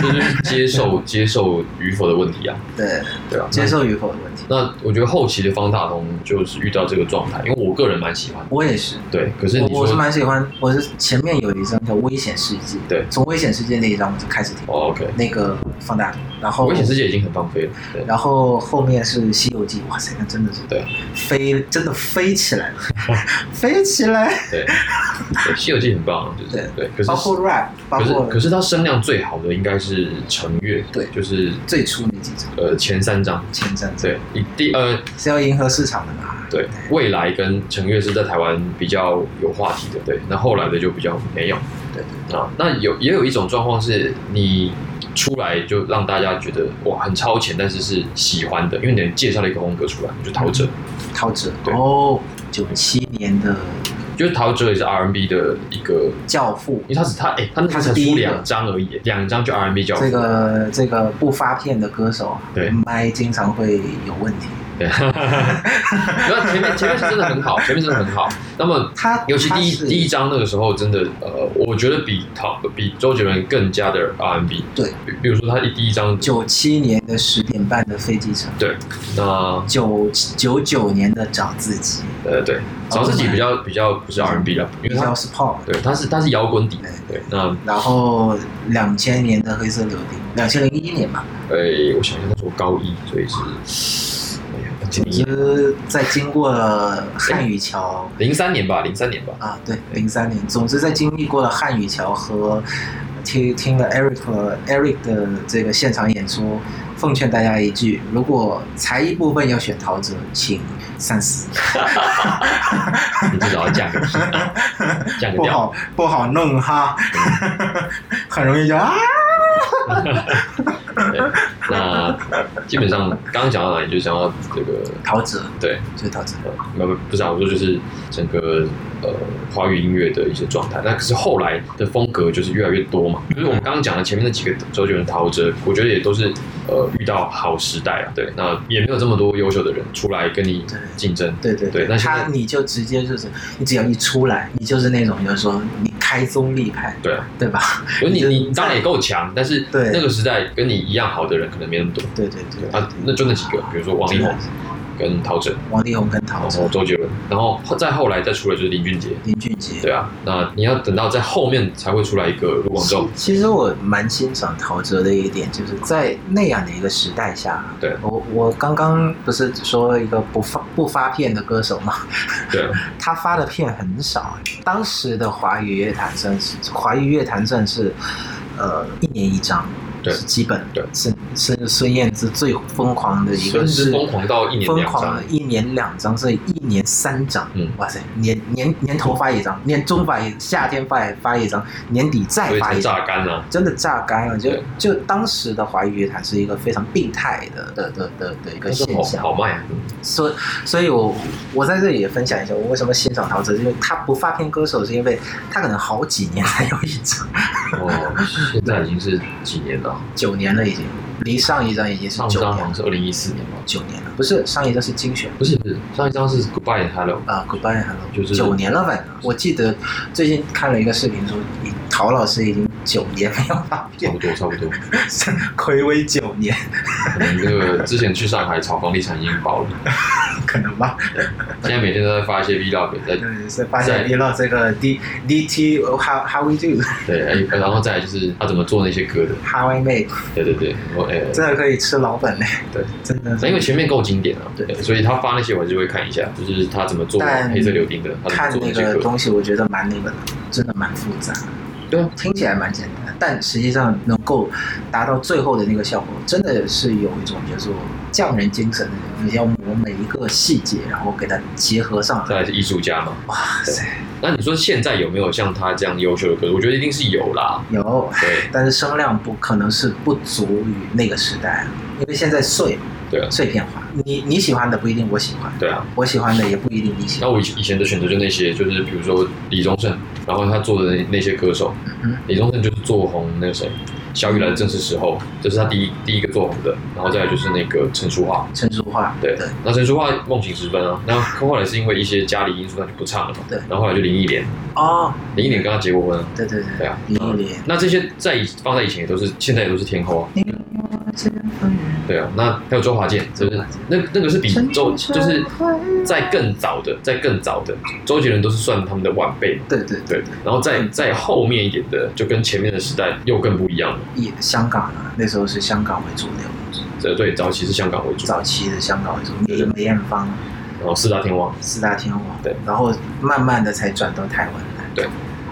这就是接受接受与否的问题啊，
对，
对啊，
接受与否的问题，
那我觉得后期的方大同就是遇到这个状态，因为我个人蛮喜欢，
我也是。
对。可是你
我我
说
是蛮喜欢，我是前面有一张叫《危险世界》，
对
从《危险世界》那一张我就开始听
哦，OK，
那个放大，然后
危险世界已经很放飞了，对，
然后后面是《西游记》，哇塞，那真的是
对
飞，真的飞起来了，
(laughs)
飞起来，
对，对，西游记很棒，啊就是
对
对。可是
包括 rap，包
可是
括
可是它声量最好的应该是成乐，
对
就是
最初那几张
呃前三张，
前阵子。
对，一第呃
是要迎合市场的嘛。
对，未来跟成乐是在台湾比较有话题的，对，那后来的就比较没有，
对
啊，那有也有一种状况是你出来就让大家觉得哇很超前，但是是喜欢的，因为你介绍了一个风格出来，就陶喆，
陶喆
对
哦，九七年的
就是陶喆也是 R&B 的一个，
教父
因为，他只他哎、他那时候才
他是第一
出
个
两张而已，两张就 R&B 教父，
这个这个不发片的歌手，
对
麦经常会有问题。
对，然后前面前面是真的
(laughs)
很好，前面真的很好，那么。
他
尤其第一
他是
第一章那个时候，真的，呃，我觉得比陶比周杰伦更加的 R&B。
对
比，比如说他一第一章，
九七年的十点半的飞机场，
对，那
九九九年的找自己，
呃对，找自己比较比较不是 R&B 了，因
哦比
为他
较是 pop。
对他是他是摇滚底，对，那
然后两千年的黑色柳丁，两千零一年吧，
呃，我想一下，那时候高一，所以是，哎呀，二千零
就
一
是在经过了汉语桥。
零三年吧，零三年吧，
啊，对，零三年。总之，在经历过了汉语桥和听听了 Eric Eric 的这个现场演出，奉劝大家一句：如果才艺部分要选陶喆，请三思，
你至少要降个降个
(laughs) 不
调，
好不好 (laughs) 弄哈，很容易就啊。
对那基本上刚刚讲到哪里，就讲到这个
陶喆
对，
就是陶喆，
呃没有不是啊，我说就是整个呃华语音乐的一些状态。那可是后来的风格就是越来越多嘛，就是我们刚刚讲的前面那几个周杰伦、陶喆，我觉得也都是呃遇到好时代啊，对，那也没有这么多优秀的人出来跟你竞争，
对对
对那现在
他你就直接就是，你只要一出来，你就是那种就是说你开宗立派，
对啊，
对吧？ (laughs)
有你
就是
你当然也够强，但是
对
那个时代跟你一样好的人可能没那么多
对对对，
啊，那就那几个，比如说王力宏哦跟陶喆，
王力宏跟陶
然
喆
后、周杰伦，然后再后来再出来就是林俊杰，
林俊杰，
对啊，那你要等到在后面才会出来一个卢广仲，
其实我蛮欣赏陶喆的一点，就是在那样的一个时代下，
对
我我刚刚不是说一个不发不发片的歌手嘛，
对啊，
(laughs) 他发的片很少。当时的华语乐坛算是华语乐坛算是，呃，一年一张，
对
是基本，
对
是是孙燕姿最疯狂的一
甚
个
至
是
疯狂到一年
疯
两
狂
张
了，一年两张，所以一年三张。
嗯
哇塞，年年年头发一张，年中发一，夏天发一发一张，年底再
所以
发
才
一张。
榨干啊。
真的榨干了，就
对
就当时的华语乐坛是一个非常病态的的的的的一个
但是
现
好
象，
好卖啊，
所以所以我我在这里也分享一下，我为什么欣赏陶喆，因为他不发片歌手，是因为他可能好几年才有一张， (laughs)
哦，现在已经是几年了？
九年了已经，离上一张已经是
上一
九
张好
年
像
了，
是二零一四年吧？
九年了，不是上一张是精选。
不是不是，上一张是 Goodbye Hello，
啊，Goodbye Hello，
就是
九年了，反正我记得最近看了一个视频说，陶老师已经九年没有发
差
片
不，多差不多，
暌违九年，
可能那个之前去上海炒房地产已经爆了，
可能吧。
现在每天都在发一些 Vlog，在
对，是发现 Vlog 这个 D D T How How We Do
对，哎然后再来就是他怎么做那些歌的，
How I Make，
对对对，我哎，
真的可以吃老本嘞。
对，
真的。
因为前面够经典啊，
对
对，所以他发那些我还是会看一下，就是他怎么做
但
黑色柳丁的，他
看
怎么做
那
些
个
歌，
东西，我觉得蛮那个的，真的蛮复杂。
对啊，
听起来蛮简单，但实际上能够达到最后的那个效果，真的是有一种叫做匠人精神的，你要磨每一个细节，然后给它结合上
再
来。
来是艺术家嘛。
哇塞，
那你说现在有没有像他这样优秀的歌手？我觉得一定是有啦。
有，
对
但是声量不可能是不足于那个时代，啊因为现在碎
对啊，
碎片化，你你喜欢的不一定我喜欢，
对啊。
我喜欢的也不一定你喜
那
欢。
我以以前的选择就那些，就是比如说李宗盛，然后他做的那那些歌手，
嗯
李宗盛就是做红那个谁，小雨来的正是时候，这是他第一第一个做红的，然后再来就是那个陈淑桦，
陈淑桦，
对，那陈淑桦梦醒时分啊，那后来是因为一些家里因素，他就不唱了嘛，
对
然后后来就林忆莲，
哦，
林忆莲跟他结过婚啊，
对对对，
对啊
林忆莲，
那这些在以放在以前也都是，现在也都是天后啊，对啊，那还有周华健，就是那那个是比周就是在更早的，在更早的周杰伦都是算他们的晚辈嘛，
对对对，
对，然后
嗯
再再后面一点的，就跟前面的时代又更不一样了。
也香港啊，那时候是香港为主流，
这对早期是香港为主，
早期的香港为主，
对
梅
对
梅艳芳、
然后四大天王，
四大天王，
对，
然后慢慢的才转到台湾来，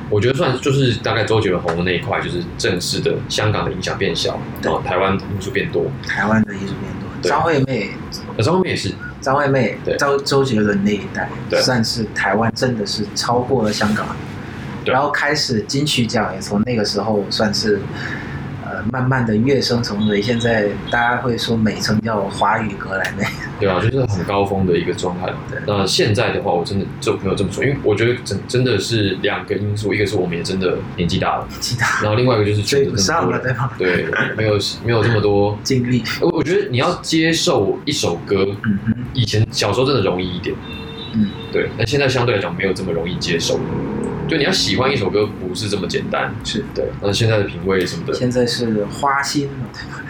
我觉得算就是大概周杰伦红的那一块，就是正式的香港的影响变小，
对
然后台湾因素变多。
台湾的艺术变多，
对
张惠妹，
那张后面也是，
张惠妹
对、
周周杰伦那一代，
对
算是台湾真的是超过了香港，
对
然后开始金曲奖也从那个时候算是。呃，慢慢的跃升成为现在大家会说美称叫华语格莱美，
对啊，就是很高峰的一个状态
对。
那现在的话，我真的就没有这么说，因为我觉得真真的是两个因素，一个是我们也真的年纪大了，
其他
然后另外一个就是
追
选
不
择这么
上
多
了，对
人，
吧？
对，没有没有这么多。哎
经历，
我我觉得你要接受一首歌，
嗯哼，
以前小时候真的容易一点，
嗯，
对，但现在相对来讲没有这么容易接受。就你要喜欢一首歌不是这么简单，
是
对。那现在的品
(laughs)
味什么的，
现在是花心了，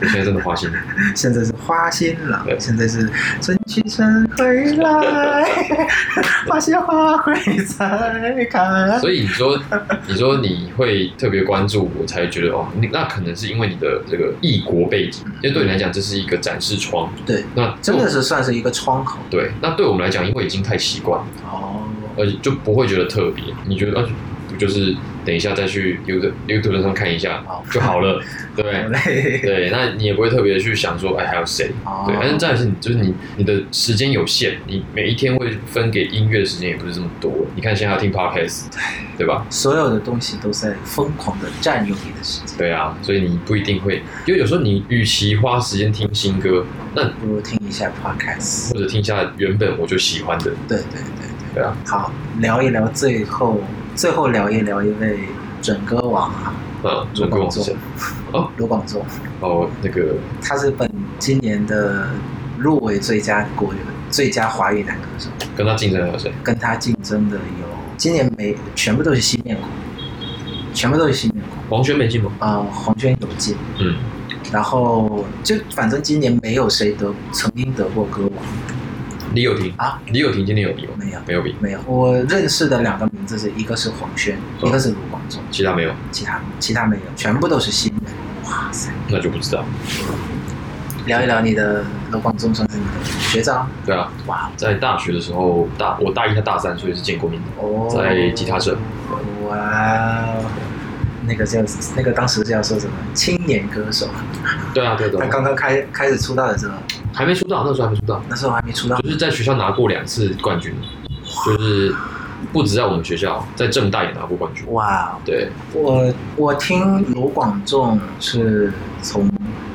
对现在真的花心。
现在是花心了，
对
现在是春去春回来， (laughs) 花谢花会再开。
所以你说，你说你会特别关注我，才觉得哦，你那可能是因为你的这个异国背景，因为对你来讲这是一个展示窗。
对，
那
真的是算是一个窗口
对。那对我们来讲，因为已经太习惯了，
哦，
而且就不会觉得特别。你觉得，啊不就是等一下再去 YouTube YouTube 上看一下
好
就好 (laughs) 了，对不对？
对，
对，那你也不会特别去想说，哎，还有谁？
哦
对，但是再来是你，就是你，你的时间有限，你每一天会分给音乐的时间也不是这么多。你看现在要听 podcast，对吧？
所有的东西都在疯狂的占用你的时间，
对啊，所以你不一定会，因为有时候你与其花时间听新歌，那
不如听一下 podcast。
或者听一下原本我就喜欢的，
对对对
对啊，
对，好，聊一聊最后，最后聊一聊一位准歌王啊，
嗯，
卢
准歌
广
王是
仲
谁？哦，
卢广仲，
哦，那个
他是本今年的入围最佳国语最佳华语男歌手，
跟他竞争的还有谁？
跟他竞争的有今年没全部都是新面孔，全部都是新面孔，
黄轩没进吗？
啊、黄轩有进。
嗯，
然后就反正今年没有谁得曾经得过歌王
李友廷，
啊，
李友廷今天有比吗？
没有
没有比，
没有。我认识的两个名字是一个是黄轩，
嗯
一个是卢广仲，
其他没有，
其他其他没有，全部都是新人。哇塞！
那就不知道。
聊一聊你的卢广仲算是你的学长，
对啊，
哇
在大学的时候，大我大一他大三，所以是见过面的。
哦，
在吉他社，
哇哦。那个叫那个当时叫说什么青年歌手，
对啊，对啊对
他
啊，
刚刚开开始出道的时候，
还没出道，那时候还没出道，
那时候还没出道，
就是在学校拿过两次冠军，就是不止在我们学校，在正大也拿过冠军。
哇哦，
对，
我我听卢广仲是从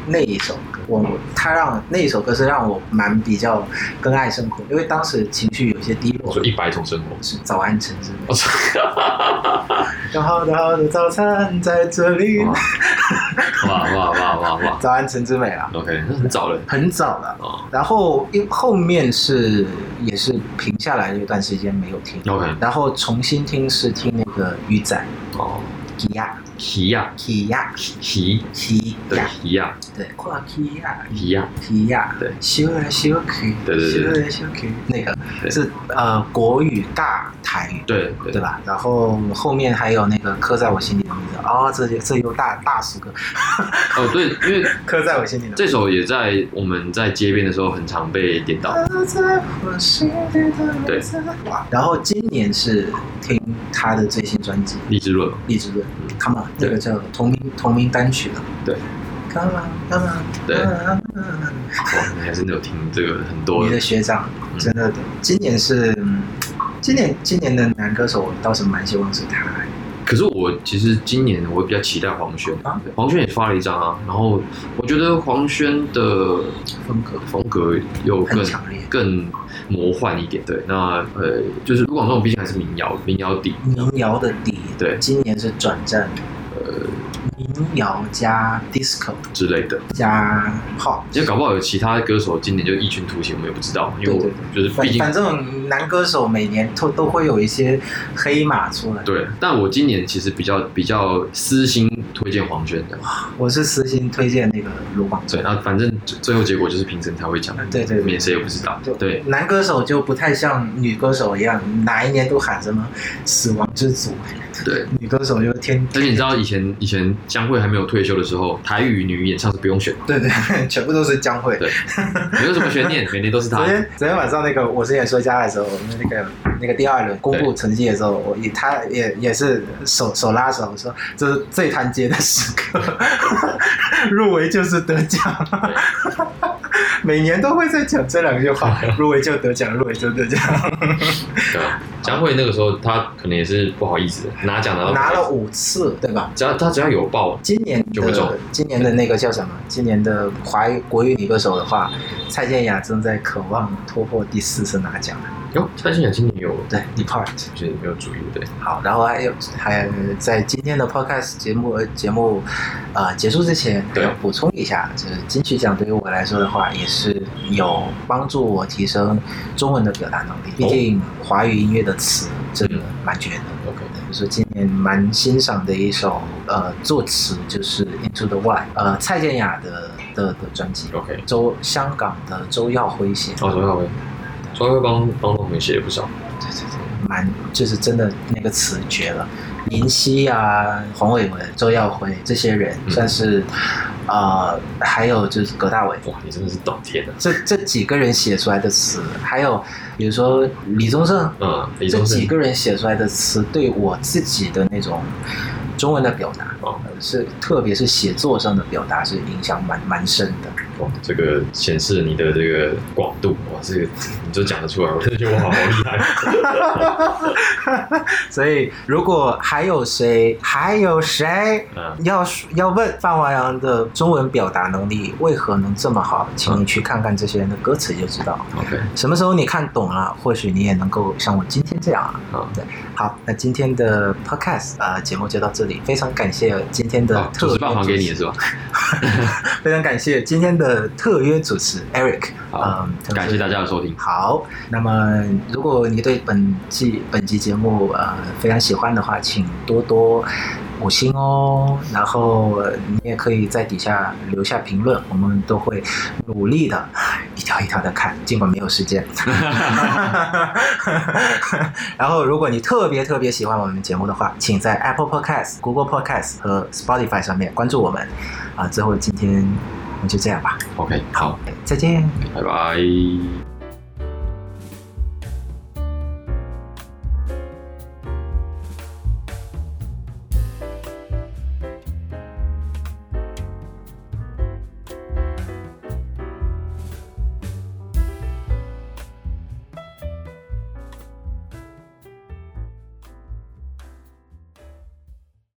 那一首歌，我他让那一首歌是让我蛮比较更爱生活，因为当时情绪有些低
我
落
说，一百种生活。 (laughs)
是早安晨之
我
类。
操！
刚好的好的早餐在这里，
哇哇哇哇哇
早安晨之美啦，
！OK，那很早了
很早了。
啊。
然后因后面是也是停下来有一段时间没有听，
OK，
然后重新听是听那个鱼仔
哦，
k i a
皮呀
k i a
皮，
k i
对
a
皮呀
对，跨 k i a
皮呀，
皮亚，
对
修来修去，
对对对
修来修去，那个
对
是呃国语大台语，
对对
对吧？然后后面还有那个刻在我心里的名字，哦，这就这又大大俗歌，
哦对，因为
刻在我心里的名字。
这首也在我们在街边的时候很常被点到。
刻在我心里的名字哇然后今年是听他的最新专辑《
励志论嘛，
励志论》
嗯
，Come on，那
对
个叫同名同名单曲了。
对
，Come on，Come on，
对
Come on
哇，你还真的有听这个很多
你的学长
嗯
真的，今年是，嗯今年今年的男歌手，我倒是蛮希望是他。
可是我其实今年我比较期待黄轩
啊，
黄轩也发了一张啊，然后我觉得黄轩的
风格
风格又更
很强烈
更魔幻一点，对，那呃就是卢广仲毕竟还是民谣民谣底，
民谣的底，
对
今年是转战，呃，民谣加 disco
之类的，
加 pop，
其实搞不好有其他歌手今年就异军突起，我们也不知道，因为我
对
就是
反
毕竟
反正男歌手每年都都会有一些黑马出来。
对，但我今年其实比较比较私心推荐黄轩的，
我是私心推荐那个卢广仲
对，，那反正最后结果就是评审才会讲，
对对对
免谁也不知道
就，
对，
男歌手就不太像女歌手一样，哪一年都喊什么死亡之组，
对，
女歌手就天
而且你知道以前以前江蕙还没有退休的时候，台语女演唱是不用选，
对对，全部都是江蕙。
对，没有什么悬念，每年都是她
昨。天昨天晚上那个我之前说家的时候，我们那个那个第二轮公布成绩的时候，我也他也也是手手拉手说这是最团结的时刻， (laughs) 入围就是得奖， (laughs) 每年都会在讲这两句话，入围就得奖，入围就得奖，
对啊，江蕙那个时候她可能也是不好意思拿奖拿到
拿了，五次对吧？
只要她只要有报，
今年
就会中
的今年的那个叫什么？今年的华语国语女歌手的话，蔡健雅正在渴望突破第四次拿奖。
哟，蔡幸雅今年有，
对，Depart。
就是没有注意对，
好，然后还有还在今天的 podcast 节目呃节目呃结束之前，还
对
要补充一下，就是金曲奖对于我来说的话，也是有帮助我提升中文的表达能力。毕竟华语音乐的词真的蛮绝的。
OK
就是今年蛮欣赏的一首呃作词，就是《Into the Wild》，呃蔡健雅的的的专辑，
OK，
周香港的周耀辉写的。
哦，周耀辉，周耀辉帮帮我们写了不少，
对对对，蛮就是真的那个词绝了。林夕啊、黄伟文、周耀辉这些人
嗯
算是、呃，还有就是葛大为，
哇，你真的是懂天的。
这这几个人写出来的词，还有比如说李宗盛，
嗯，李
这
宗盛
几个人写出来的词，对我自己的那种中文的表达，
哦
呃是特别是写作上的表达是影响蛮蛮深的。
哇，这个显示你的这个广度，哇，这个你就讲得出来，我真的 (laughs) 觉得我好好厉害。
所以如果还有谁还有谁
嗯，
要要问范华阳的中文表达能力为何能这么好，请你去看看这些人的歌词就知道。
OK，
什么时候你看懂了，或许你也能够像我今天这样啊。
好，
好，那今天的 podcast 啊、呃、节目就到这里，非常感谢今天的
好，
特
主
约
持棒还给你
主
是
持，
吧？
非常感谢今天的特约主持 Eric，
好
嗯，
感谢大家的收听，
好，那么如果你对本季本集节目呃非常喜欢的话，请多多五星哦。然后呃你也可以在底下留下评论，我们都会努力的一条一条的看，尽管没有时间。 (laughs) 然后，如果你特别特别喜欢我们节目的话，请在 Apple Podcast、Google Podcast 和 Spotify 上面关注我们。啊，最后今天我们就这样吧，
OK，好，
再见。
拜拜。